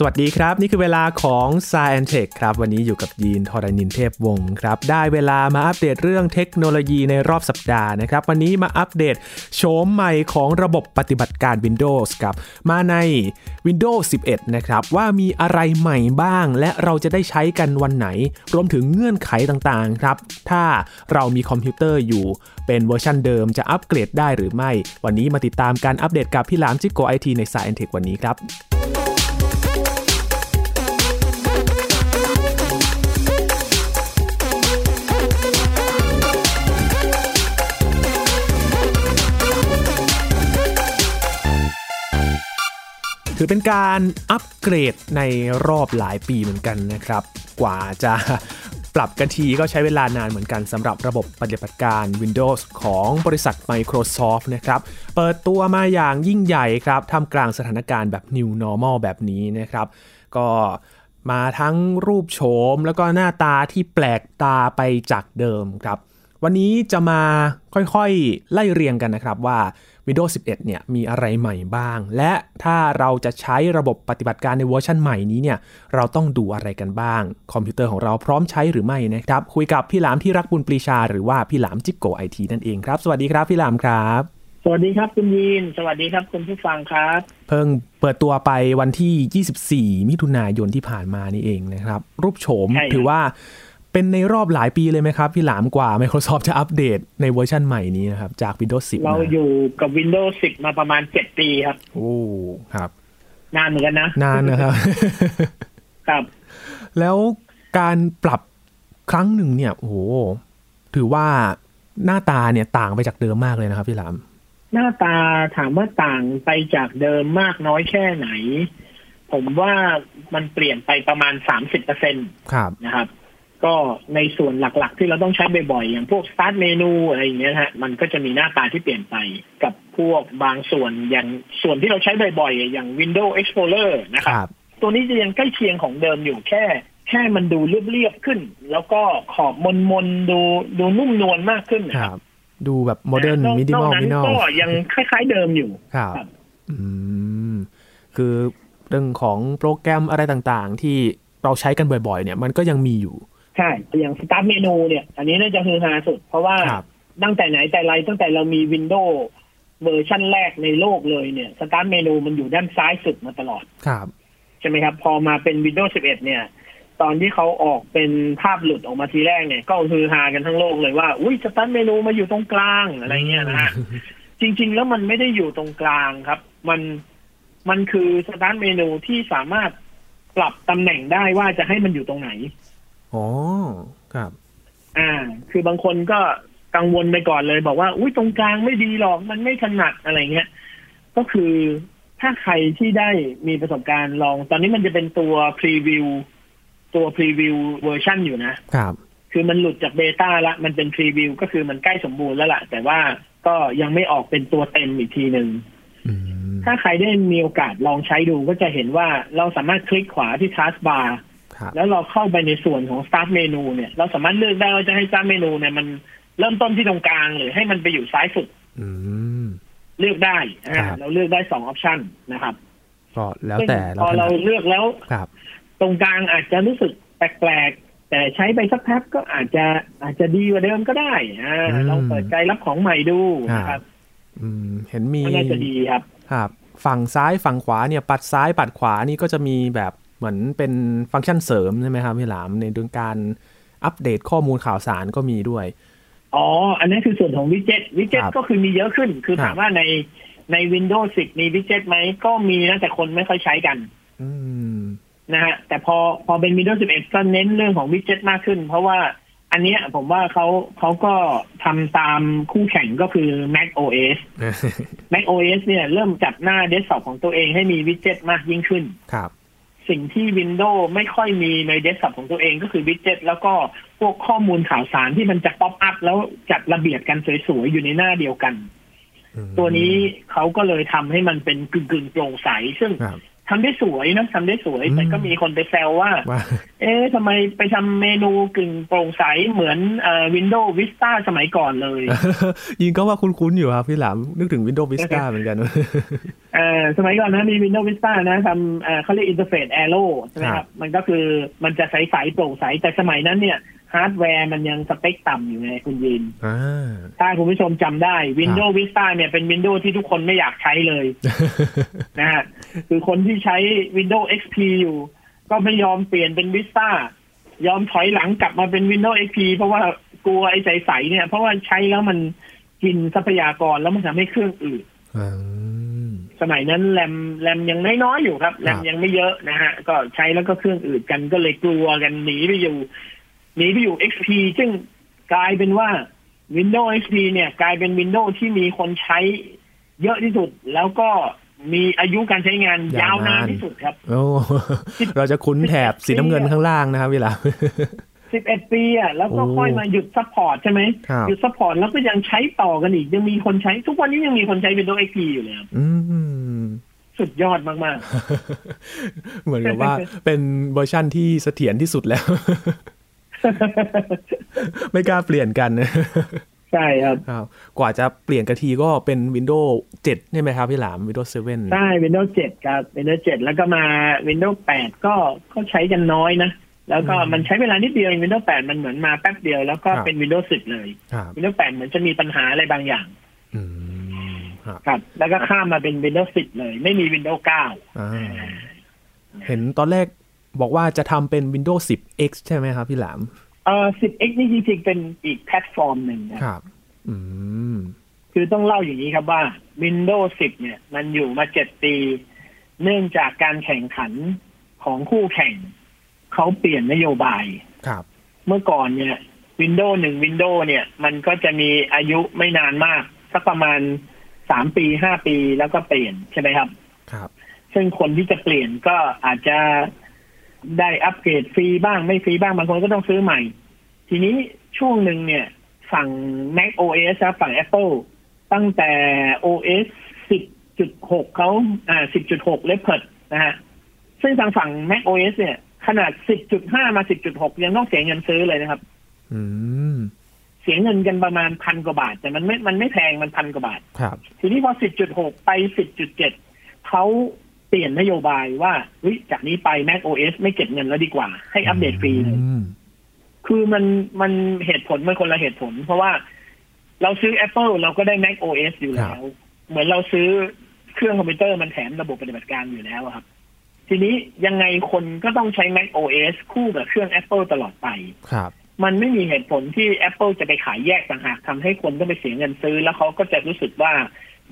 สวัสดีครับ นี่คือเวลาของ s ซแอนเทคครับ วันนี้อยู่กับยีนทอรานินเทพวงศ์ครับ ได้เวลามาอัปเดตเรื่องเทคโนโลยีในรอบสัปดาห์นะครับ วันนี้มาอัปเดตโฉมใหม่ของระบบปฏิบัติการ Windows ครับ มาใน Windows 11 นะครับ ว่ามีอะไรใหม่บ้าง และเราจะได้ใช้กันวันไหน รวมถึงเงื่อนไขต่างๆครับ ถ้าเรามีคอมพิวเตอร์อยู่เป็นเวอร์ชันเดิมจะอัปเกรดได้หรือไม่ วันนี้มาติดตามการอัปเดตกับพี่หลามจิกโกไอทีใน s ซแอนเทควันนี้ครับ ถือเป็นการอัปเกรดในรอบหลายปีเหมือนกันนะครับ กว่าจะปรับกันทีก็ใช้เวลานานเหมือนกันสำหรับระบบปฏิบัติการ Windows ของบริษัท Microsoft นะครับ เปิดตัวมาอย่างยิ่งใหญ่ครับท่ามกลางสถานการณ์แบบ New Normal แบบนี้นะครับ ก็มาทั้งรูปโฉมแล้วก็หน้าตาที่แปลกตาไปจากเดิมครับ วันนี้จะมาค่อยๆ ไล่เรียงกันนะครับว่า Windows 11 เนี่ยมีอะไรใหม่บ้าง และถ้าเราจะใช้ระบบปฏิบัติการในเวอร์ชันใหม่นี้เนี่ยเราต้องดูอะไรกันบ้าง คอมพิวเตอร์ของเราพร้อมใช้หรือไม่นะครับ คุยกับพี่หลามที่รักบุญปรีชา หรือว่าพี่หลามจิ๊กโกไอทีนั่นเองครับ สวัสดีครับพี่หลามครับ สวัสดีครับคุณยีน สวัสดีครับคุณผู้ฟังครับ เพิ่งเปิดตัวไปวันที่ 24 มิถุนายนที่ผ่านมานี่เองนะครับ รูปโฉม ใช่ครับ ถือว่าเป็นในรอบหลายปีเลยไหมครับพี่หลามกว่า Microsoft จะอัปเดตในเวอร์ชันใหม่นี้นะครับจาก Windows 10 เรา มา อยู่กับ Windows 10 มาประมาณ 7 ปีครับ โอ้ครับ นานเหมือนกันนะ นานนะครับ ครับ แล้วการปรับครั้งหนึ่งเนี่ยโอ้โหถือว่าหน้าตาเนี่ยต่างไปจากเดิมมากเลยนะครับพี่หลาม หน้าตาถามว่าต่างไปจากเดิมมากน้อยแค่ไหน ผมว่ามันเปลี่ยนไปประมาณ 30% ครับ นะครับ ก็ในส่วนหลักๆ ที่เราต้องใช้บ่อยๆ อย่างพวก Start Menu อะไรอย่างเงี้ยนะฮะ มันก็จะมีหน้าตาที่เปลี่ยนไปกับพวกบางส่วนอย่างส่วนที่เราใช้บ่อยๆ อย่าง Windows Explorer นะค ครับ รับ ตัวนี้จะยังใกล้เคียงของเดิมอยู่แค่ แค่มันดูเรียบๆขึ้น แล้วก็ขอบมนมนๆดูดูนุ่มนวลมากขึ้น ครับ ดูแบบโมเดิร์น แต่ มินิมอล นอกนั้ มิ น นิมอล ก็ยังคล้ายๆเดิมอยู่ ครับ ครับ อืมคือเรื่องของโปรแกรมอะไรต่างๆ ที่เราใช้กันบ่อยๆ เนี่ย มันก็ยังมีอยู่ ใช่อย่างสตาร์ทเมนูเนี่ย อันนี้น่าจะฮือฮาสุด เพราะว่า ครับ ตั้งแต่ไหนแต่ไรตั้งแต่เรามีวินโดว์เวอร์ชั่นแรกในโลกเลยเนี่ยสตาร์ทเมนูมันอยู่ด้านซ้ายสุดมาตลอด ครับ ใช่ไหมครับ พอมาเป็น Windows 11 เนี่ย ตอนที่เขาออกเป็นภาพหลุดออกมาทีแรกเนี่ย ก็ฮือฮากันทั้งโลกเลยว่า อุ้ยสตาร์ทเมนูมาอยู่ตรงกลางอะไรเงี้ยนะฮะ จริง ๆ แล้วมันไม่ได้อยู่ตรงกลางครับ มันมันคือสตาร์ทเมนูที่สามารถปรับตำแหน่งได้ว่าจะให้มันอยู่ตรงไหน อ๋อครับ อ่า คือบางคนก็กังวลไปก่อนเลย บอกว่า อุ้ยตรงกลางไม่ดีหรอก มันไม่ถนัดอะไรเงี้ย ก็คือถ้าใครที่ได้มีประสบการณ์ลอง ตอนนี้มันจะเป็นตัวพรีวิวตัวพรีวิวเวอร์ชั่นอยู่นะ ครับ คือมันหลุดจากเบต้าละ มันเป็นพรีวิวก็คือมันใกล้สมบูรณ์แล้วล่ะ แต่ว่าก็ยังไม่ออกเป็นตัวเต็มอีกทีหนึ่ง อืม ถ้าใครได้มีโอกาสลองใช้ดูก็จะเห็นว่าเราสามารถคลิกขวาที่ทัสบาร์ ครับ แล้วเราเข้าไปในส่วนของ Start Menu เนี่ย เราสามารถเลือกได้ว่าจะให้ Start Menu เนี่ยมันเริ่มต้นที่ตรงกลางหรือให้มันไปอยู่ซ้ายสุด อืม เลือกได้อ่า ครับ เราเลือกได้สองออปชันนะครับ ก็แล้วแต่ ซึ่ง เรา พอ ถนั เรา ด เลือกแล้ว ครับ ตรงกลางอาจจะรู้สึกแปลกๆ แต่ใช้ไปสักพักก็อาจจะอาจจะดีกว่าเดิมก็ได้อ่าลองเปิดใจรับของใหม่ดูนะครับ อืมเห็นมี ก็น่าจะดีครับ ครับฝั่งซ้ายฝั่งขวาเนี่ยปัดซ้ายปัดขวานี่ก็จะมีแบบเหมือนเป็นฟังก์ชันเสริมใช่ไหมครับพี่หลามในเรื่องการอัปเดตข้อมูลข่าวสารก็มีด้วย อ๋อ อันนี้นคือส่วนของวิดเจ็ตวิดเจ็ต ครับ ก็คือมีเยอะขึ้น คือ ครับ ถามว่าในใน Windows 10 มีวิดเจ็ตไหมก็มีนะแต่คนไม่ค่อยใช้กัน อืม นะฮะแต่พอพอเป็น Windows 11 ก็เน้นเรื่องของวิดเจ็ตมากขึ้น เพราะว่าอันเนี้ยผมว่าเขาเขาก็ทำตามคู่แข่งก็คือ Mac OS Mac OS เนี่ยเริ่มจัดหน้าเดสก์ท็อปของตัวเองให้มีวิดเจ็ตมากยิ่งขึ้น ครับ สิ่งที่ Windows ไม่ค่อยมีในเดสก์ท็อปของตัวเองก็คือวิดเจ็ตแล้วก็พวกข้อมูลข่าวสารที่มันจะป๊อปอัพแล้วจัดระเบียบกันสวยๆ อยู่ในหน้าเดียวกัน อืม ตัวนี้เขาก็เลยทำให้มันเป็นกึ่งๆโปร่งใสซึ่ง ครับ ทำได้สวยนะทำได้สวย อืม แต่ก็มีคนไปแซวว่า ว่า เอ๊ะทำไมไปทำเมนูกึ่งโปร่งใสเหมือนเอ่อ Windows Vista สมัยก่อนเลย ยิงก็ว่าคุ้นๆอยู่ครับพี่หลามนึกถึง Windows Vista เหมือนกัน เอ่อสมัยก่อนนะมี Windows Vista นะทำเอ่อเขาเรียก Interface Arrow ใช่ไหมค ครั รับ บ มันก็คือมันจะใสๆโปร่งใส แต่สมัยนั้นเนี่ยฮาร์ดแวร์มันยังสเปคต่ำอยู่ไงคุณยิน อ่ า ถ้าคุณผู้ชมจำได้ Windows Vista เนี่ยเป็น Windows ที่ทุกคนไม่อยากใช้เลย นะฮะคือคนที่ใช้ Windows XP อยู่ ก็ไม่ยอมเปลี่ยนเป็น Vista ยอมถอยหลังกลับมาเป็น Windows XP เพราะว่ากลัวไอ้ใสๆเนี่ย เพราะว่าใช้แล้วมันกินทรัพยากรแล้วมันทำให้เครื่องอืด อืม สมัยนั้นแรมแรมยังน้อยๆอยู่ครับแรม ครับ ยังไม่เยอะนะฮะ ก็ใช้แล้วก็เครื่องอื่นกันก็เลยกลัวกันหนีไปอยู่หนีไปอยู่ XP ซึ่งกลายเป็นว่า Windows XP เนี่ยกลายเป็น Windows ที่มีคนใช้เยอะที่สุด แล้วก็มีอายุการใช้งานยาวนานที่สุดครับ โอ้ เราจะคุ้นแถ บสีน้ำเงินข้างล่างนะครับพี่หลาม 11 ปีอ่ะแล้วก็ โอ้ ค่อยมาหยุดซัพพอร์ตใช่ไหม ครับ หยุดซัพพอร์ตแล้วก็ยังใช้ต่อกันอีก ยังมีคนใช้ทุกวันนี้ยังมีคนใช้ Windows XP อยู่เลยครับ อืม สุดยอดมากๆ เหมือนกับว่าเป็นเวอร์ชั่นที่เสถียรที่สุดแล้ว ไม่กล้าเปลี่ยน กันนะ ใช่ครับ ครับกว่าจะเปลี่ยนกะทีก็เป็น Windows 7 ใช่ไหมครับพี่หลาม Windows 7 ใช่ Windows 7 ครับ Windows 7 แล้วก็มา Windows 8 ก็ก็ใช้กันน้อยนะ แล้วก็ อืม มันใช้เวลานิดเดียวเอง Windows 8 มันเหมือนมาแป๊บเดียว แล้วก็ ครับ เป็น Windows 10 เลย ครับ Windows 8 เหมือนจะมีปัญหาอะไรบางอย่าง อืมครับ ครับ แล้วก็ข้ามมาเป็น Windows 10 เลย ไม่มี Windows 9 อ่าเห็นตอนแรกบอกว่าจะทำเป็น Windows 10 X ใช่ไหมครับพี่หลาม เอ่อ 10X นี่จริงๆเป็นอีกแพลตฟอร์มหนึ่งนะครับ อืม คือต้องเล่าอย่างนี้ครับว่า Windows 10 เนี่ย มันอยู่มา 7 ปี เนื่องจากการแข่งขันของคู่แข่งเขาเปลี่ยนนโยบาย ครับ เมื่อก่อนเนี่ยวินโดว์หนึ่งวินโดว์เนี่ย มันก็จะมีอายุไม่นานมาก สักประมาณสามปีห้าปีแล้วก็เปลี่ยนใช่ไหมครับ ครับ ซึ่งคนที่จะเปลี่ยนก็อาจจะได้อัปเกรดฟรีบ้างไม่ฟรีบ้างบางคนก็ต้องซื้อใหม่ ทีนี้ช่วงหนึ่งเนี่ย ฝั่ง Mac OS ครับฝั่ง Apple ตั้งแต่ OS 10.6เขาอ่า10.6 Leopard นะฮะ ซึ่งทางฝั่ง Mac OS เนี่ย ขนาด 10.5 มา 10.6 ยังต้องเสียเงินซื้อเลยนะครับ อืม เสียเงินกันประมาณพันกว่าบาท แต่มันไม่ มันไม่แพงมันพันกว่าบาท ครับ ทีนี้พอ 10.6 ไป 10.7 เขาเปลี่ยนนโยบายว่าเฮ้ยจากนี้ไป Mac OS ไม่เก็บเงินแล้วดีกว่า ให้อัปเดตฟรีเลย อืม คือมันมันเหตุผลมันคนละเหตุผล เพราะว่าเราซื้อ Apple เราก็ได้ Mac OS อยู่แล้ว เหมือนเราซื้อเครื่องคอมพิวเตอร์มันแถมระบบปฏิบัติการอยู่แล้วอะครับ ทีนี้ยังไงคนก็ต้องใช้ Mac OS คู่กับเครื่อง Apple ตลอดไป ครับ มันไม่มีเหตุผลที่ Apple จะไปขายแยกต่างหากทำให้คนต้องไปเสียเงินซื้อ แล้วเขาก็จะรู้สึกว่า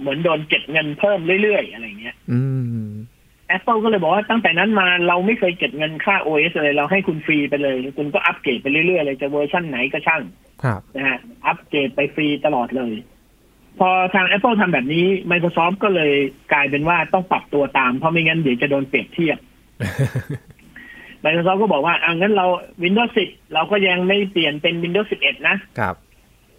เหมือนโดนเก็บเงินเพิ่มเรื่อยๆ อะไรเงี้ย อืม Apple ก็เลยบอกว่าตั้งแต่นั้นมาเราไม่เคยเก็บเงินค่า OS เลยเราให้คุณฟรีไปเลย คุณก็อัปเกรดไปเรื่อยๆ เลยจะเวอร์ชั่นไหนก็ช่าง ครับ นะฮะอัปเกรดไปฟรีตลอดเลย พอทาง Apple ทำแบบนี้ Microsoft ก็เลยกลายเป็นว่าต้องปรับตัวตามเพราะไม่งั้นเดี๋ยวจะโดนเปรียบเทียบ Microsoft ก็บอกว่าอ่ะงั้นเรา Windows 10 เราก็ยังไม่เปลี่ยนเป็น Windows 11 นะ ครับ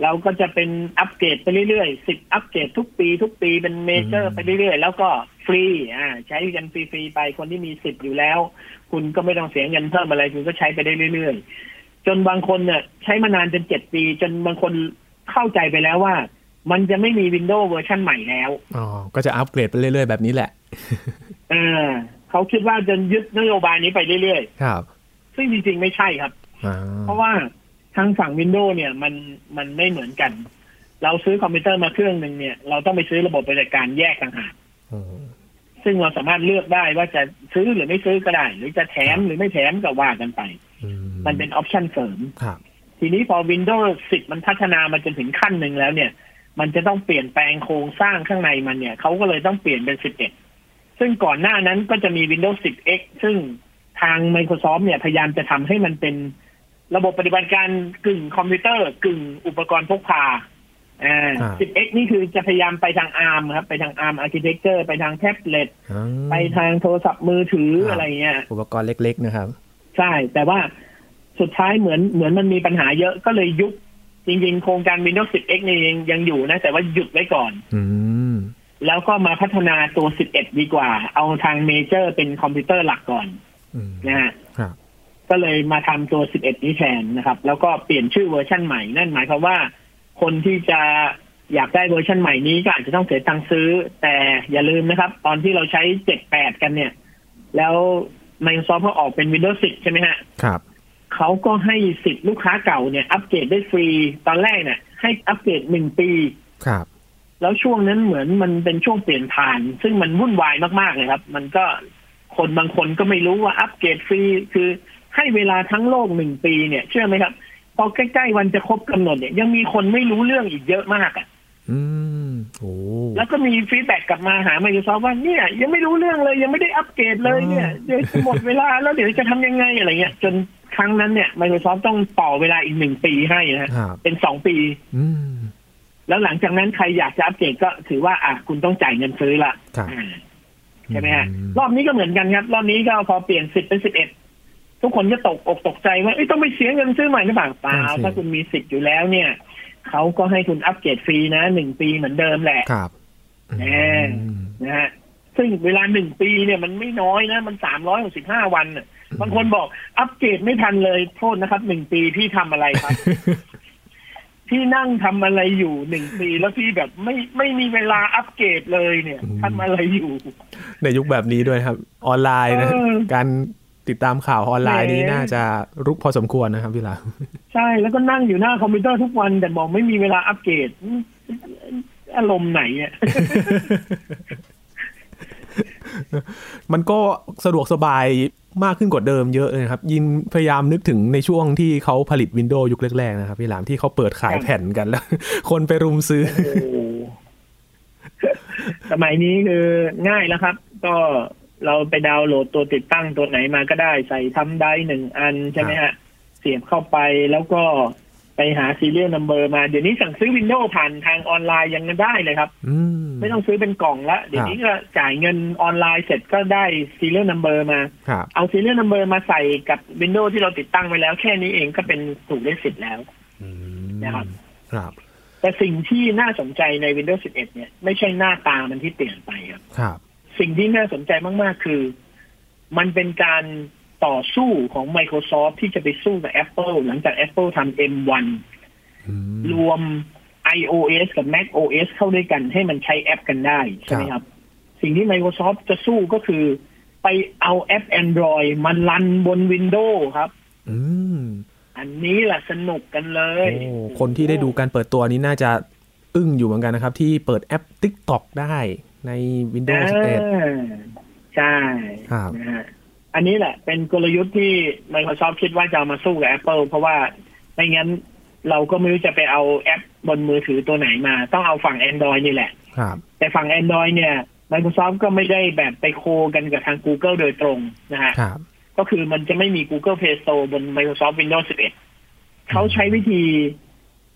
เราก็จะเป็นอัปเกรดไปเรื่อยๆสิบอัปเกรดทุกปีทุกปีเป็นเมเจอ อื ร์ ม ไปเรื่อยๆ แล้วก็ฟรีอ่าใช้กันฟรีๆไปคนที่มีสิบอยู่แล้ว คุณก็ไม่ต้องเสียเงินเพิ่มอะไร คุณก็ใช้ไปได้เรื่อยๆ จนบางคนเนี่ยใช้มานานจนเจ็ดปี จนบางคนเข้าใจไปแล้วว่า มันจะไม่มีวินโดว์เวอร์ชันใหม่แล้ว อ๋อ ก็จะอัปเกรดไปเรื่อยๆ แบบนี้แหละ เออเขาคิดว่าจะยึดนโยบายนี้ไปเรื่อย ครับ ๆ ซึ่งจริงๆไม่ใช่ครับ อ่า เพราะว่าทางฝั่งวินโดว์เนี่ยมันมันไม่เหมือนกัน เราซื้อคอมพิวเตอร์มาเครื่องหนึ่งเนี่ย เราต้องไปซื้อระบบปฏิบัติการแยกต่างหาก โอ้ ซึ่งเราสามารถเลือกได้ว่าจะซื้อหรือไม่ซื้อก็ได้ หรือจะแถมหรือไม่แถมก็ว่ากันไป อื มันเป็นออปชันเสริม ครับ ทีนี้พอ Windows 10 มันพัฒนามาจนถึงขั้นหนึ่งแล้วเนี่ย มันจะต้องเปลี่ยนแปลงโครงสร้างข้างในมันเนี่ยเขาก็เลยต้องเปลี่ยนเป็น 11 ซึ่งก่อนหน้านั้นก็จะมี Windows 10 X ซึ่งทาง Microsoft เนี่ยพยายามจะทำให้มันเป็นระบบปฏิบัติการกึ่งคอมพิวเตอร์ กึ่งอุปกรณ์พกพาอ่า อ่า 10X นี่คือจะพยายามไปทาง ARM ครับ ไปทาง ARM Architecture ไปทางแท็บเล็ต อ่า ไปทางโทรศัพท์มือถือ ครับ อะไรเงี้ย อุปกรณ์เล็ก ๆ นะครับ ใช่ แต่ว่าสุดท้ายเหมือนเหมือนมันมีปัญหาเยอะก็เลยยุบจริงๆ โครงการ Windows 10X นี่ยังยังอยู่นะ แต่ว่าหยุดไว้ก่อน อืม แล้วก็มาพัฒนาตัว 11 ดีกว่า เอาทางเมเจอร์เป็นคอมพิวเตอร์หลักก่อน อืม นะฮะ ครับ ก็เลยมาทำตัว 11 นี้แทนนะครับ แล้วก็เปลี่ยนชื่อเวอร์ชันใหม่ นั่นหมายความว่า คนที่จะอยากได้เวอร์ชันใหม่นี้ก็อาจจะต้องเสียตังค์ซื้อ แต่อย่าลืมนะครับ ตอนที่เราใช้ 78 กันเนี่ย แล้ว Microsoft ก็ออกเป็น Windows 10 ใช่ไหมฮะ ครับ เขาก็ให้สิทธิ์ลูกค้าเก่าเนี่ย อัปเกรดได้ฟรี ตอนแรกเนี่ยให้อัปเกรดหนึ่งปี ครับ แล้วช่วงนั้นเหมือนมันเป็นช่วงเปลี่ยนผ่าน ซึ่งมันวุ่นวายมาก ๆ เลยครับ มันก็คนบางคนก็ไม่รู้ว่าอัปเกรดฟรี คือให้เวลาทั้งโลกหนึ่งปีเนี่ย เชื่อไหมครับ พอใกล้ ๆ วันจะครบกำหนดเนี่ยยังมีคนไม่รู้เรื่องอีกเยอะมากอะ อืมโอ้ แล้วก็มีฟีดแบ็กกลับมาหา Microsoft ว่าเนี่ย ยังไม่รู้เรื่องเลยยังไม่ได้อัปเกรดเลยเนี่ยเดี๋ยวจะหมดเวลาแล้วเดี๋ยวจะทำยังไงอะไรเงี้ยจนครั้งนั้นเนี่ย Microsoft ต้องต่อเวลาอีกหนึ่งปีให้นะฮะ ครับ เป็นสองปี อืม แล้วหลังจากนั้นใครอยากจะอัปเกรดก็ถือว่าอ่ะคุณต้องจ่ายเงินซื้อละ ครับ อ่า ใช่ไหมฮะ อื รอบนี้ก็เหมือนกันครับ รอบนี้ก็พอเปลี่ยนสิบเป็นสิบเอ็ดทุกคนก็ตกอกตกใจว่าเอ้ยต้องไปเสียเงินซื้อใหม่หรือเปล่าเปล่าถ้าคุณมีสิบอยู่แล้วเนี่ย เขาก็ให้คุณอัปเกรดฟรีนะหนึ่งปีเหมือนเดิมแหละ ครับ แน่ อืม นะฮะซึ่งเวลาหนึ่งปีเนี่ยมันไม่น้อยนะ มันสามร้อยหกสิบห้าวันน่ะ อืม บางคนบอกอัปเกรดไม่ทันเลยโทษนะครับหนึ่งปีพี่ทำอะไรครับ พี่นั่งทำอะไรอยู่หนึ่งปี แล้วพี่แบบไม่ไม่มีเวลาอัปเกรดเลยเนี่ยทำอะไรอยู่ ในยุคแบบนี้ด้วยนะครับ ออนไลน์นะ เออ การติดตามข่าวออนไลน์นี้ แหม น่าจะรุกพอสมควรนะครับพี่หลาม ใช่แล้วก็นั่งอยู่หน้าคอมพิวเตอร์ทุกวัน แต่บอกไม่มีเวลาอัปเกรดอืมอารมณ์ไหนอ่ะ มันก็สะดวกสบายมากขึ้นกว่าเดิมเยอะเลยนะครับ ยินพยายามนึกถึงในช่วงที่เขาผลิต Windows ยุคแรกๆนะครับพี่หลามที่เขาเปิดขาย ครับ แผ่นกันแล้ว คนไปรุมซื้อ โอ้โหสมัยนี้คือง่ายแล้วครับ ก็เราไปดาวน์โหลดตัวติดตั้งตัวไหนมาก็ได้ใส่ทำได้หนึ่งอันใช่ไหมฮะ เสียบเข้าไปแล้วก็ไปหาซีเรียลนัมเบอร์มา เดี๋ยวนี้สั่งซื้อวินโดว์ผ่านทางออนไลน์ยังได้เลยครับ อืม ไม่ต้องซื้อเป็นกล่องละเดี๋ยวนี้ก็จ่ายเงินออนไลน์เสร็จก็ได้ซีเรียลนัมเบอร์มา ครับ เอาซีเรียลนัมเบอร์มาใส่กับวินโดว์ที่เราติดตั้งไว้แล้ว แค่นี้เองก็เป็นถูกได้สิทธิ์แล้ว นะครับ ครับ แต่สิ่งที่น่าสนใจใน Windows 11 เนี่ยไม่ใช่หน้าตามันที่เปลี่ยนไปครับ ครับ สิ่งที่น่าสนใจมาก ๆ คือ มันเป็นการต่อสู้ของ Microsoft ที่จะไปสู้กับ Apple หลังจาก Apple ทำ M1 อืม รวม iOS กับ macOS เข้าด้วยกันให้มันใช้แอปกันได้ใช่ไหมครับ สิ่งที่ Microsoft จะสู้ก็คือ ไปเอาแอป Android มันรันบน Windows ครับ อืม อันนี้แหละสนุกกันเลย โอ้คนที่ได้ดูการเปิดตัวนี้น่าจะอึ้งอยู่เหมือนกันนะครับ ที่เปิดแอป TikTok ได้ใน Windows 11 อ่าใช่ ครับ นะฮะอันนี้แหละ เป็นกลยุทธ์ที่ Microsoft คิดว่าจะเอามาสู้กับ Apple เพราะว่าไม่งั้นเราก็ไม่รู้จะไปเอาแอปบนมือถือตัวไหนมา ต้องเอาฝั่ง Android นี่แหละ ครับ แต่ฝั่ง Android เนี่ย Microsoft ก็ไม่ได้แบบไปโคกันกับทาง Google โดยตรงนะฮะ ครับ ก็คือมันจะไม่มี Google Play Store บน Microsoft Windows 11 เขาใช้วิธี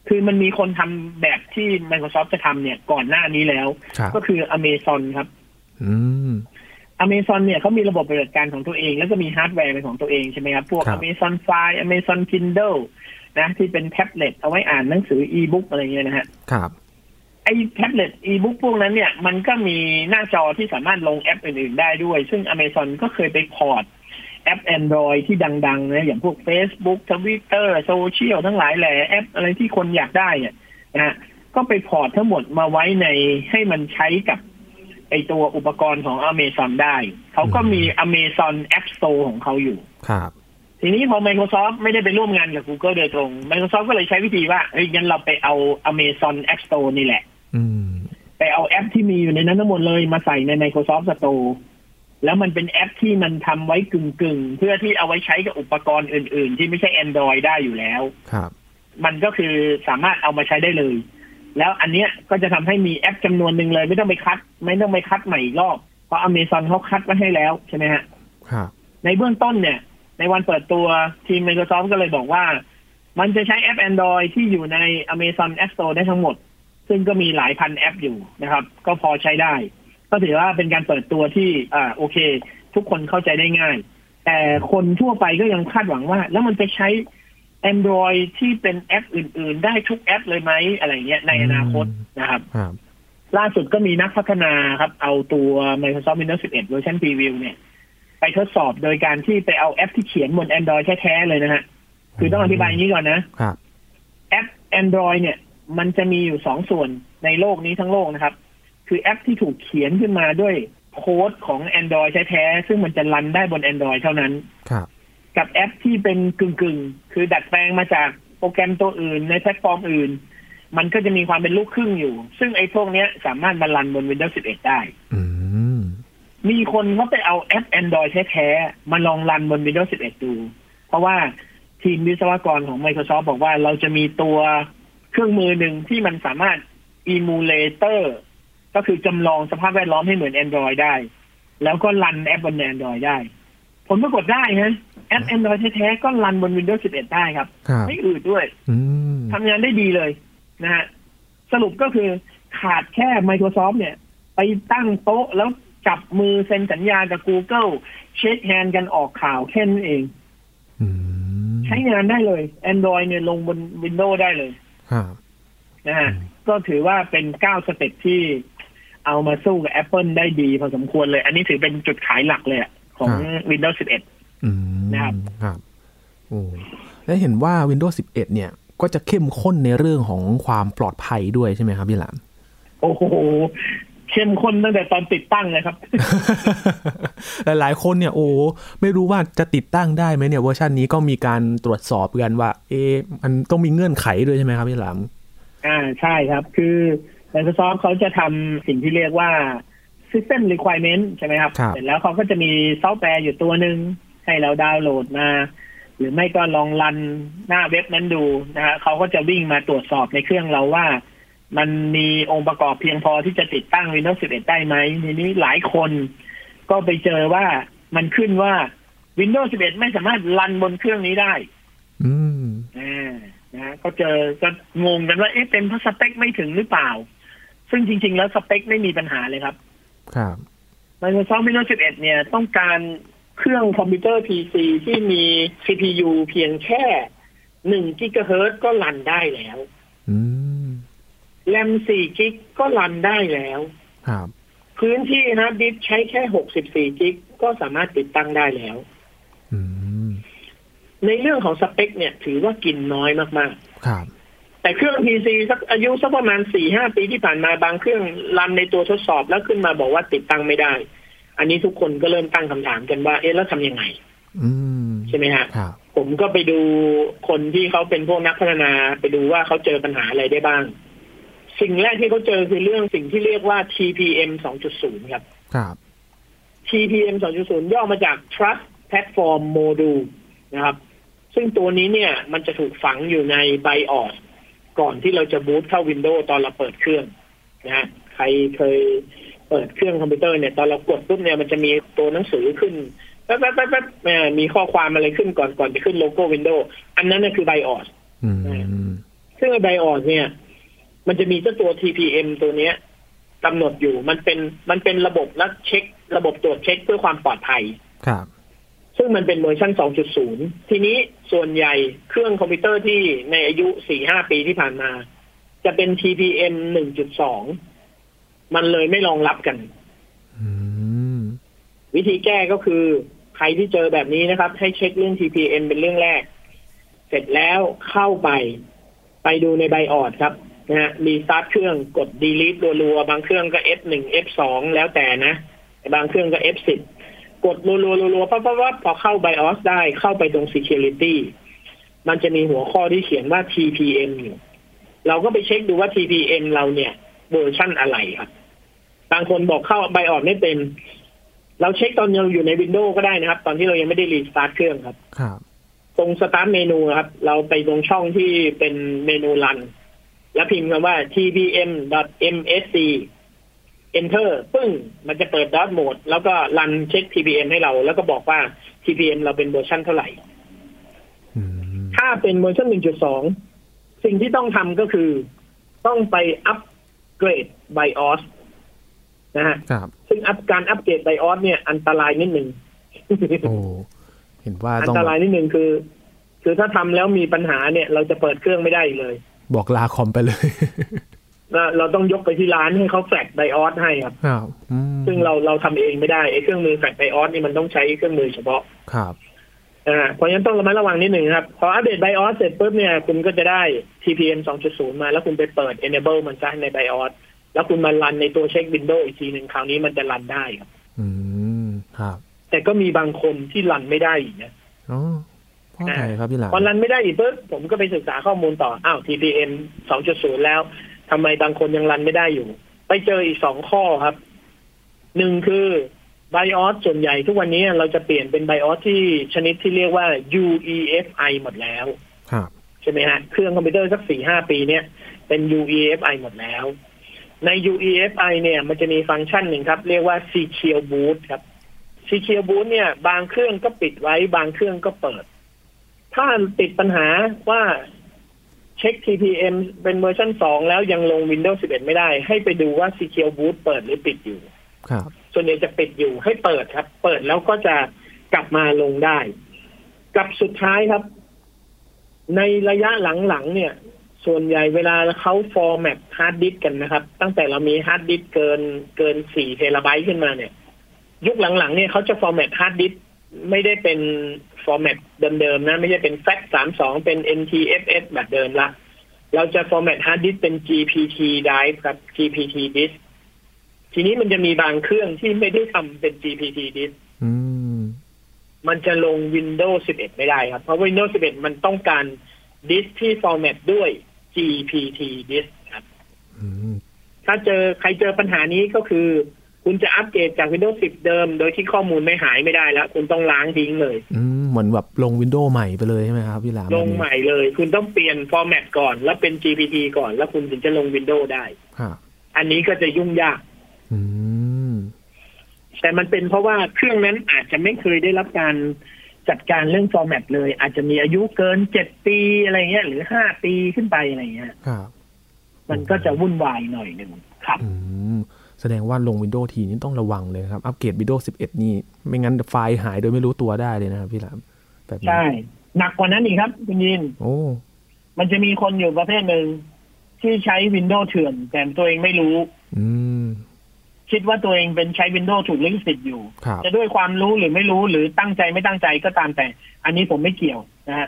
คือมันมีคนทำแบบที่ Microsoft จะทำเนี่ยก่อนหน้านี้แล้ว ครับ ก็คือ Amazon ครับ อืม Amazon เนี่ยเขามีระบบปฏิบัติการของตัวเอง แล้วก็มีฮาร์ดแวร์เป็นของตัวเองใช่ไหมครับ พวก ครับ Amazon Fire Amazon Kindle นะ ที่เป็นแท็บเล็ตเอาไว้อ่านหนังสือ e-book อะไรเงี้ยนะฮะ ครับ ไอ้แท็บเล็ต e-book พวกนั้นเนี่ย มันก็มีหน้าจอที่สามารถลงแอปอื่น ๆ ได้ด้วย ซึ่ง Amazon ก็เคยไปพอร์ตแอป Android ที่ดัง ๆ นะ อย่างพวก Facebook Twitter โซเชียลทั้งหลายแหล่แอปอะไรที่คนอยากได้เนี่ยนะฮะก็ไปพอร์ตทั้งหมดมาไว้ในให้มันใช้กับไอตัวอุปกรณ์ของ Amazon ได้ เขาก็มี Amazon App Store ของเขาอยู่ ครับ ทีนี้พอ Microsoft ไม่ได้ไปร่วมงานกับ Google โดยตรง Microsoft ก็เลยใช้วิธีว่าเอ้ยงั้นเราไปเอา Amazon App Store นี่แหละ อืม ไปเอาแอปที่มีอยู่ในนั้นทั้งหมดเลยมาใส่ใน Microsoft Store แล้วมันเป็นแอปที่มันทำไว้กึ่งๆ เพื่อที่เอาไว้ใช้กับอุปกรณ์อื่น ๆ ที่ไม่ใช่ Android ได้อยู่แล้ว ครับ มันก็คือสามารถเอามาใช้ได้เลย แล้วอันเนี้ยก็จะทำให้มีแอปจำนวนหนึ่งเลย ไม่ต้องไปคัด ไม่ต้องไปคัดใหม่อีกรอบ เพราะ Amazon เขาคัดไว้ให้แล้วใช่ไหมฮะ ครับ ในเบื้องต้นเนี่ย ในวันเปิดตัวทีม Microsoft ก็เลยบอกว่า มันจะใช้แอป Android ที่อยู่ใน Amazon App Store ได้ทั้งหมด ซึ่งก็มีหลายพันแอปอยู่นะครับ ก็พอใช้ได้ ก็ถือว่าเป็นการเปิดตัวที่อ่าโอเค ทุกคนเข้าใจได้ง่าย แต่คนทั่วไปก็ยังคาดหวังว่า แล้วมันจะใช้ Android ที่เป็นแอปอื่น ๆ ได้ทุกแอปเลยไหมอะไรเงี้ยในอนาคตนะครับ ครับ ล่าสุดก็มีนักพัฒนาครับ เอาตัว Microsoft Windows 11 Version Preview เนี่ย ไปทดสอบโดยการที่ไปเอาแอปที่เขียนบน Android แท้ๆเลยนะฮะ คือต้องอธิบายอย่างนี้ก่อนนะ ครับ แอป Android เนี่ย มันจะมีอยู่สองส่วนในโลกนี้ทั้งโลกนะครับ คือแอปที่ถูกเขียนขึ้นมาด้วยโค้ดของ Android แท้ๆซึ่งมันจะรันได้บน Android เท่านั้น ครับ กับแอปที่เป็นกึ่งกึ่งๆ คือดัดแปลงมาจากโปรแกรมตัวอื่นในแพลตฟอร์มอื่น มันก็จะมีความเป็นลูกครึ่งอยู่ ซึ่งไอ้พวกเนี้ยสามารถมารันบน Windows 11 ได้ อืม มีคนเขาไปเอาแอป Android แท้ๆ มาลองรันบน Windows 11 ดู เพราะว่าทีมวิศวกรของ Microsoft บอกว่าเราจะมีตัวเครื่องมือหนึ่งที่มันสามารถ emulator ก็คือจำลองสภาพแวดล้อมให้เหมือน Android ได้ แล้วก็รันแอปบน Android ได้ ผลปรากฏได้ฮะแอป Android แท้ๆ ก็รันบน Windows 11 ได้ครับ ครับ ไม่อืดด้วย อืม ทำงานได้ดีเลยนะฮะสรุปก็คือขาดแค่ Microsoft เนี่ย ไปตั้งโต๊ะแล้วจับมือเซ็นสัญญากับ Google เช็คแฮนด์กันออกข่าวแค่นั้นเอง อืม ใช้งานได้เลย Android เนี่ยลงบน Windows ได้เลย ครับ นะฮะ อืม ก็ถือว่าเป็นก้าวสเต็ปที่เอามาสู้กับ Apple ได้ดีพอสมควรเลย อันนี้ถือเป็นจุดขายหลักเลยอะของ Windows 11 อืม นะครับ ครับโอ้แล้วเห็นว่า Windows 11 เนี่ย ก็จะเข้มข้นในเรื่องของความปลอดภัยด้วยใช่ไหมครับพี่หลาม โอ้โหเข้มข้นตั้งแต่ตอนติดตั้งเลยครับ หลายๆ คนเนี่ยโอ้ไม่รู้ว่าจะติดตั้งได้ไหมเนี่ยเวอร์ชันนี้ก็มีการตรวจสอบกันว่า เอ๊ะมันต้องมีเงื่อนไขด้วยใช่ไหมครับพี่หลาม อ่าใช่ครับ คือ Microsoft เขาจะทำสิ่งที่เรียกว่า System Requirement ใช่ไหมครับ ครับ เสร็จแล้วเขาก็จะมีซอฟต์แวร์อยู่ตัวหนึ่งให้เราดาวน์โหลดมา หรือไม่ก็ลองรันหน้าเว็บนั้นดูนะฮะเขาก็จะวิ่งมาตรวจสอบในเครื่องเราว่า มันมีองค์ประกอบเพียงพอที่จะติดตั้ง Windows 11 ได้ไหมทีนี้หลายคนก็ไปเจอว่ามันขึ้นว่า Windows 11 ไม่สามารถรันบนเครื่องนี้ได้ อืม อ่านะก็เจอก็งงกันว่าเอ๊ะเป็นเพราะสเปคไม่ถึงหรือเปล่า ซึ่งจริง ๆ แล้วสเปคไม่มีปัญหาเลยครับ ครับ Microsoft Windows 11 เนี่ย ต้องการเครื่องคอมพิวเตอร์ PC ที่มี CPU เพียงแค่1กิกะเฮิรตซ์ก็รันได้แล้ว อืม แรม4กิกก็รันได้แล้ว ครับ พื้นที่นะดิสก์ใช้แค่ 64กิกก็สามารถติดตั้งได้แล้ว อืม ในเรื่องของสเปคเนี่ยถือว่ากินน้อยมากๆ ครับ แต่เครื่อง PC สักอายุสักประมาณสี่ห้าปีที่ผ่านมาบางเครื่องรันในตัวทดสอบแล้วขึ้นมาบอกว่าติดตั้งไม่ได้ อันนี้ทุกคนก็เริ่มตั้งคำถามกันว่า เอ๊ะแล้วทำยังไง อืม ใช่ไหมฮะ ครับ ผมก็ไปดูคนที่เขาเป็นพวกนักพัฒนาไปดูว่าเขาเจอปัญหาอะไรได้บ้าง สิ่งแรกที่เขาเจอคือเรื่องสิ่งที่เรียกว่า TPM 2.0 ครับ ครับ TPM 2.0 ย่อมาจาก Trust Platform Module นะครับ ซึ่งตัวนี้เนี่ยมันจะถูกฝังอยู่ใน BIOS ก่อนที่เราจะบูตเข้า Windows ตอนเราเปิดเครื่องนะฮะใครเคยเปิดเครื่องคอมพิวเตอร์เนี่ย ตอนเรากดปุ๊บเนี่ยมันจะมีตัวหนังสือขึ้นแป๊บแป๊บแป๊บแป๊บแหม่มีข้อความอะไรขึ้นก่อนก่อนจะขึ้นโลโก้ Windows อันนั้นน่ะคือ BIOS อืม ซึ่งไอ้ BIOS เนี่ย มันจะมีเจ้าตัว TPM ตัวเนี้ยกำหนดอยู่มันเป็นมันเป็นระบบนักเช็ค ระบบตรวจเช็คเพื่อความปลอดภัย ครับ ซึ่งมันเป็นเวอร์ชัน2.0 ทีนี้ส่วนใหญ่เครื่องคอมพิวเตอร์ที่ในอายุ 4-5 ปีที่ผ่านมา จะเป็น TPM 1.2 มันเลยไม่รองรับกัน อืม วิธีแก้ก็คือใครที่เจอแบบนี้นะครับ ให้เช็คเรื่อง TPM เป็นเรื่องแรก เสร็จแล้วเข้าไป ไปดูในไบออดครับนะฮะรีสตาร์ทเครื่องกด delete รัวๆ บางเครื่องก็ F1 F2 แล้วแต่นะบางเครื่องก็ F10 กดรัวๆรัวๆปั๊บปั๊บๆพอเข้า BIOS ได้เข้าไปตรง Security มันจะมีหัวข้อที่เขียนว่า TPM อยู่ เราก็ไปเช็คดูว่า TPM เราเนี่ยเวอร์ชั่นอะไรครับ บางคนบอกเข้า BIOS ไม่เป็น เราเช็คตอนเราอยู่ใน Windows ก็ได้นะครับ ตอนที่เรายังไม่ได้รีสตาร์ทเครื่องครับ ครับ ตรงสตาร์ทเมนูครับ เราไปตรงช่องที่เป็นเมนูรัน แล้วพิมพ์คำว่า tpm.msc enter ปึ้ง มันจะเปิดดอทโหมด แล้วก็รันเช็ค tpm ให้เรา แล้วก็บอกว่า tpm เราเป็นเวอร์ชันเท่าไหร่ อืม ถ้าเป็นเวอร์ชัน1.2 สิ่งที่ต้องทำก็คือ ต้องไปอัปเกรด BIOS นะฮะ ครับ ซึ่งอัปการอัปเกรด BIOS เนี่ยอันตรายนิด หนึ่ง โอ้เห็นว่า อั ต้อนง ตรายนิดหนึ่งคือ คือถ้าทำแล้วมีปัญหาเนี่ย เราจะเปิดเครื่องไม่ได้อีกเลย บอกลาคอมไปเลย เราเราต้องยกไปที่ร้านให้เขาแฟลชไดออสให้ครับ ครับอืม ซึ่งเราเราทำเองไม่ได้ไอ้เครื่องมือแฟลชไดออสนี่มันต้องใช้เครื่องมือเฉพาะ ครับ อ่าเพราะฉะนั้นต้องระมัดระวังนิดหนึ่งครับ พออัปเดตไดออสเสร็จปุ๊บเนี่ยคุณก็จะได้ TPM 2.0 มาแล้วคุณไปเปิด enable มันซะในไดออสแล้วคุณมารันในตัวเช็ค Windows อีกทีหนึ่งคราวนี้มันจะรันได้ครับ อืมครับ แต่ก็มีบางคนที่รันไม่ได้อีกนะ อ๋อเพราะอะไรครับพี่หลาน พอรันไม่ได้อีกปุ๊บผมก็ไปศึกษาข้อมูลต่อ อ้าว TPM 2.0 แล้วทำไมบางคนยังรันไม่ได้อยู่ ไปเจออีกสองข้อครับ หนึ่งคือ BIOS ส่วนใหญ่ทุกวันนี้เราจะเปลี่ยนเป็น BIOS ที่ชนิดที่เรียกว่า UEFI หมดแล้ว ครับ ใช่ไหมฮะ เครื่องคอมพิวเตอร์สักสี่ห้าปีเนี่ย เป็น UEFI หมดแล้ว ใน UEFI เนี่ย มันจะมีฟังก์ชันหนึ่งครับ เรียกว่า Secure Boot ครับ Secure Boot เนี่ย บางเครื่องก็ปิดไว้ บางเครื่องก็เปิด ถ้าติดปัญหาว่าเช็ค TPM เป็นเวอร์ชัน2 แล้วยังลง Windows 11 ไม่ได้ ให้ไปดูว่า Secure Boot เปิดหรือปิดอยู่ ครับ ส่วนใหญ่จะปิดอยู่ให้เปิดครับ เปิดแล้วก็จะกลับมาลงได้ กับสุดท้ายครับ ในระยะหลังๆเนี่ย ส่วนใหญ่เวลาเขาฟอร์แมตฮาร์ดดิสกันนะครับ ตั้งแต่เรามีฮาร์ดดิสเกินเกินสี่เทราไบต์ขึ้นมาเนี่ย ยุคหลังๆเนี่ยเขาจะฟอร์แมตฮาร์ดดิสไม่ได้เป็นฟอร์แมตเดิมๆนะ ไม่ใช่เป็น FAT สามสองเป็น NTFS แบบเดิมละ เราจะฟอร์แมตฮาร์ดดิสเป็น GPT drive ครับ GPT disk ทีนี้มันจะมีบางเครื่องที่ไม่ได้ทำเป็น GPT disk อืม มันจะลง Windows 11 ไม่ได้ครับ เพราะ Windows 11 มันต้องการดิสที่ฟอร์แมตด้วย GPT disk ครับ อืม ถ้าเจอใครเจอปัญหานี้ก็คือ คุณจะอัปเดตจาก Windows 10 เดิม โดยที่ข้อมูลไม่หายไม่ได้แล้ว คุณต้องล้างทิ้งเลย อืมเหมือนแบบลงวินโดว์ใหม่ไปเลยใช่ไหมครับพี่หลาม ลงใหม่เลย คุณต้องเปลี่ยนฟอร์แมตก่อน แล้วเป็น GPT ก่อน แล้วคุณถึงจะลง Windows ได้ ครับ อันนี้ก็จะยุ่งยาก อืม แต่มันเป็นเพราะว่าเครื่องนั้นอาจจะไม่เคยได้รับการจัดการเรื่องฟอร์แมตเลย อาจจะมีอายุเกินเจ็ดปีอะไรเงี้ย หรือห้าปีขึ้นไปอะไรเงี้ย ครับ มันก็จะวุ่นวายหน่อยหนึ่งครับ อืมแสดงว่าลงวินโดว์ทีนี้ต้องระวังเลยนะครับ อัปเกรดวินโดว์11 นี่ ไม่งั้นไฟล์หายโดยไม่รู้ตัวได้เลยนะครับพี่หลามแบบนี้ ใช่ หนักกว่านั้นอีกครับคุณยิน โอ้ มันจะมีคนอยู่ประเภทหนึ่งที่ใช้วินโดว์เถื่อนแต่ตัวเองไม่รู้ อืม คิดว่าตัวเองเป็นใช้วินโดว์ถูกลิขสิทธิ์อยู่ ครับ จะด้วยความรู้หรือไม่รู้หรือตั้งใจไม่ตั้งใจก็ตามแต่ อันนี้ผมไม่เกี่ยวนะฮะ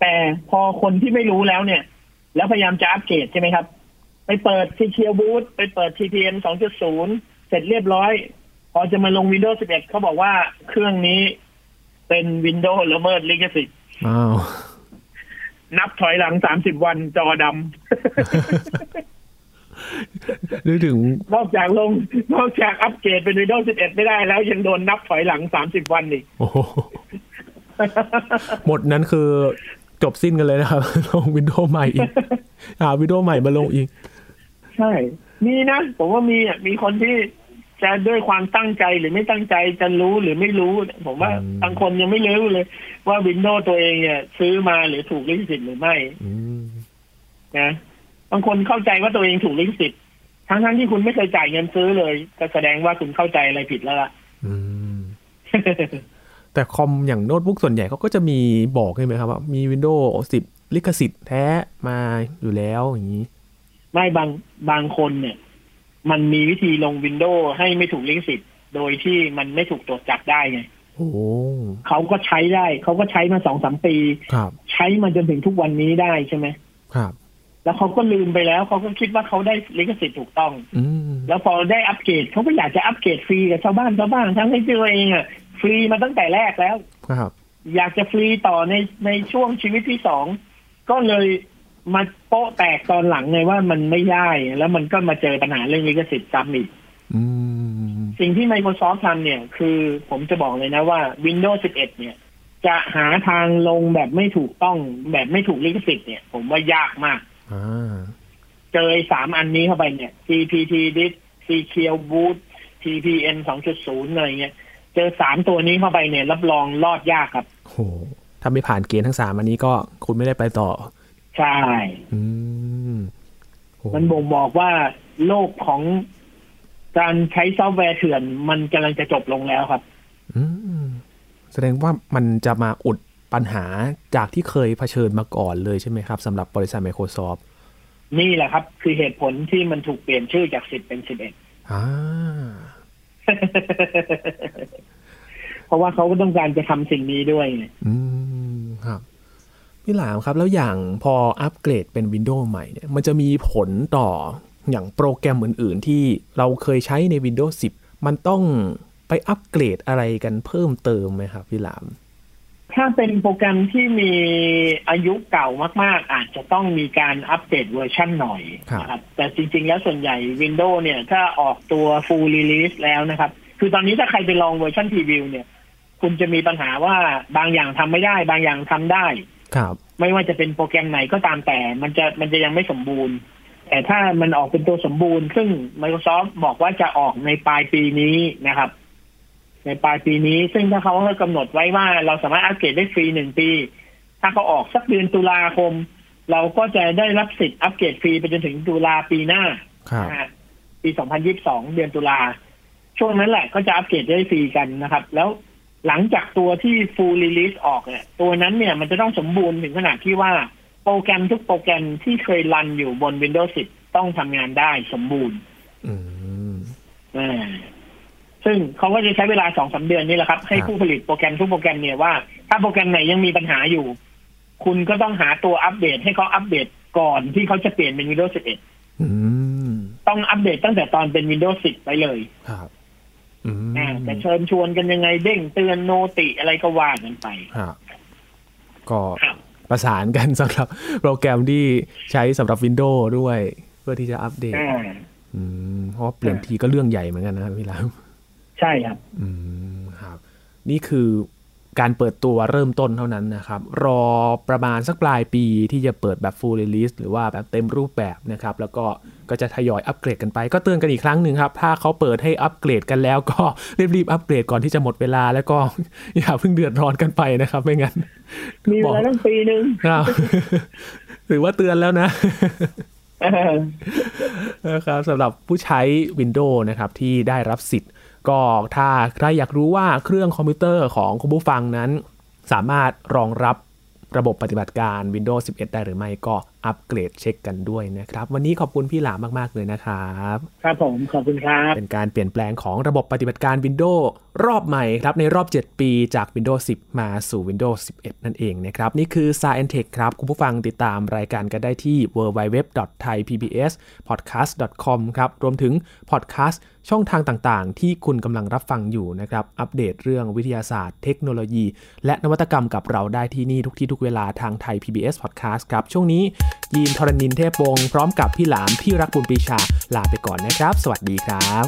แต่พอคนที่ไม่รู้แล้วเนี่ย แล้วพยายามจะอัปเกรดใช่ไหมครับ ไปเปิดทีเคียบูธไปเปิด TPM 2.0 เสร็จเรียบร้อย พอจะมาลง Windows 11 เขาบอกว่าเครื่องนี้เป็น Windows ละเมิดลิขสิทธิ์ อ้าว นับถอยหลัง 30 วันจอด นึกถึง ำ นอกจากลง นอกจากอัปเกรดเป็น Windows 11 ไม่ได้แล้วยังโดนนับถอยหลัง 30 วันอีก โอ้โหหมดนั้นคือจบสิ้นกันเลยนะครับ ลงวินโดว์ใหม่อีกหาวินโดว์ใหม่มาลงอีก ใช่ มีนะ ผมว่ามีอ่ะมีคนที่จะด้วยความตั้งใจหรือไม่ตั้งใจจะรู้หรือไม่รู้ ผมว่า อืม บางคนยังไม่รู้เลย ว่าวินโดว์ตัวเองเนี่ยซื้อมาหรือถูกลิขสิทธิ์หรือไม่ อืม นะบางคนเข้าใจว่าตัวเองถูกลิขสิทธิ์ทั้งๆที่คุณไม่เคยจ่ายเงินซื้อเลย ก็แสดงว่าคุณเข้าใจอะไรผิดแล้วล่ะ อืม แต่คอมอย่างโน้ตบุ๊กส่วนใหญ่เขาก็จะมีบอกใช่ไหมครับว่ามีวินโดว์10 ลิขสิทธิ์แท้มาอยู่แล้วอย่างนี้ ไม่บางบางคนเนี่ย มันมีวิธีลงวินโดว์ให้ไม่ถูกลิขสิทธิ์ โดยที่มันไม่ถูกตรวจจับได้ไง โอ้โห เขาก็ใช้ได้เขาก็ใช้มาสองสามปี ครับ ใช้มาจนถึงทุกวันนี้ได้ใช่ไหม ครับ แล้วเขาก็ลืมไปแล้วเขาก็คิดว่าเขาได้ลิขสิทธิ์ถูกต้อง อืม แล้วพอได้อัปเกรดเขาก็อยากจะอัปเกรดฟรีกับชาวบ้านชาวบ้านทั้งที่ตัวเองอ่ะฟรีมาตั้งแต่แรกแล้ว ครับ อยากจะฟรีต่อในในช่วงชีวิตที่สองก็เลยมาโป๊ะแตกตอนหลังไงว่ามันไม่ได้แล้วมันก็มาเจอปัญหาเรื่องลิขสิทธิ์ซ้ำอีก อืม สิ่งที่ Microsoft ทำเนี่ย คือผมจะบอกเลยนะว่า Windows 11 เนี่ย จะหาทางลงแบบไม่ถูกต้องแบบไม่ถูกลิขสิทธิ์เนี่ย ผมว่ายากมาก อ่า เจอไอ้สามอันนี้เข้าไปเนี่ย GPT Disk c q Boot TPM 2.0 อะไรเงี้ย เจอสามตัวนี้เข้าไปเนี่ย รับรองรอดยากครับ โหถ้าไม่ผ่านเกณฑ์ทั้งสามอันนี้ก็คุณไม่ได้ไปต่อ ใช่ อืมโห มันบ่งบอกว่าโลกของการใช้ซอฟต์แวร์เถื่อนมันกำลังจะจบลงแล้วครับ อืมแสดงว่ามันจะมาอุดปัญหาจากที่เคยเผชิญมาก่อนเลยใช่ไหมครับสำหรับบริษัท Microsoft นี่แหละครับ คือเหตุผลที่มันถูกเปลี่ยนชื่อจากสิบเป็นสิบเอ็ด อ่า เพราะว่าเขาก็ต้องการจะทำสิ่งนี้ด้วยไง อืมครับพี่หลามครับแล้วอย่างพออัปเกรดเป็น Windows ใหม่เนี่ยมันจะมีผลต่ออย่างโปรแกรมอื่น ๆ ที่เราเคยใช้ใน Windows 10 มันต้องไปอัปเกรดอะไรกันเพิ่มเติมไหมครับพี่หลาม ถ้าเป็นโปรแกรมที่มีอายุเก่ามาก ๆ อาจจะต้องมีการอัปเดตเวอร์ชันหน่อย ครับ นะแต่จริง ๆ แล้วส่วนใหญ่ Windows เนี่ย ถ้าออกตัว Full Release แล้วนะครับ คือตอนนี้ถ้าใครไปลองเวอร์ชัน Preview เนี่ย คุณจะมีปัญหาว่าบางอย่างทำไม่ได้ บางอย่างทำได้ ครับ ไม่ว่าจะเป็นโปรแกรมไหนก็ตามแต่ มันจะมันจะยังไม่สมบูรณ์ แต่ถ้ามันออกเป็นตัวสมบูรณ์ ซึ่ง Microsoft บอกว่าจะออกในปลายปีนี้นะครับ ในปลายปีนี้ ซึ่งถ้าเขากำหนดไว้ว่าเราสามารถอัปเกรดได้ฟรีหนึ่งปี ถ้าเขาออกสักเดือนตุลาคม เราก็จะได้รับสิทธิ์อัปเกรดฟรีไปจนถึงตุลาปีหน้า ครับ นะฮะปี 2022 เดือนตุลา ช่วงนั้นแหละก็จะอัปเกรดได้ฟรีกันนะครับ แล้วหลังจากตัวที่ full release ออกเนี่ย ตัวนั้นเนี่ยมันจะต้องสมบูรณ์ถึงขนาดที่ว่าโปรแกรมทุกโปรแกรมที่เคยรันอยู่บน Windows 10 ต้องทำงานได้สมบูรณ์ อืม อ่าซึ่งเขาก็จะใช้เวลาสองสาเดือนนี่แหละครับ ให้ผู้ผลิตโปรแกรมทุกโปรแกรมเนี่ยว่า ถ้าโปรแกรมไหนยังมีปัญหาอยู่ คุณก็ต้องหาตัวอัปเดตให้เขาอัปเดตก่อนที่เขาจะเปลี่ยนเป็น Windows 11 อืม ต้องอัปเดตตั้งแต่ตอนเป็น Windows 10 ไปเลย ครับ อืม อ่าจะเชิญชวนกันยังไงเด้งเตือนโนติอะไรก็ว่ากันไป ครับก็ ครับ ประสานกันสำหรับ โปรแกรมที่ใช้สำหรับ Windows ด้วย เพื่อที่จะอัปเดต อ่า อืมเพราะว่าเปลี่ยนทีก็เรื่องใหญ่เหมือนกันนะครับพี่หลาม ใช่ครับ อืมครับนี่คือการเปิดตัวเริ่มต้นเท่านั้นนะครับ รอประมาณสักปลายปีที่จะเปิดแบบ full release หรือว่าแบบเต็มรูปแบบนะครับ แล้วก็ก็จะทยอยอัปเกรดกันไปก็เตือนกันอีกครั้งหนึ่งครับ ถ้าเขาเปิดให้อัปเกรดกันแล้ว ก็ รีบๆอัปเกรดก่อนที่จะหมดเวลาแล้วก็ อย่าเพิ่งเดือดร้อนกันไปนะครับ ไม่งั้น มีเวลาตั้งปีหนึ่ง ครับ หรือว่าเตือนแล้วนะ เออ นะครับสำหรับผู้ใช้ Windows นะครับที่ได้รับสิทธิ์ก็ถ้าใครอยากรู้ว่าเครื่องคอมพิวเตอร์ของคุณผู้ฟังนั้น สามารถรองรับระบบปฏิบัติการ Windows 11 ได้หรือไม่ก็อัปเกรดเช็คกันด้วยนะครับ วันนี้ขอบคุณพี่หลามากๆเลยนะครับ ครับผมขอบคุณครับ เป็นการเปลี่ยนแปลงของระบบปฏิบัติการ Windows รอบใหม่ครับ ในรอบ 7 ปีจาก Windows 10 มาสู่ Windows 11 นั่นเองนะครับ นี่คือ s c i e n t e c h ครับ คุณผู้ฟังติดตามรายการกันได้ที่ www.thaipbspodcast.com ครับ รวมถึง podcast ช่องทางต่างๆ ที่คุณกำลังรับฟังอยู่นะครับ อัปเดตเรื่องวิทยาศาสตร์เทคโนโลยี และนวัตกรรมกับเราได้ที่นี่ทุกที่ทุกเวลาทางไทย PBS Podcast ครับ ช่วงนี้ยีนทรณินเทพวงศ์พร้อมกับพี่หลามพี่รักบุญปรีชาลาไปก่อนนะครับ สวัสดีครับ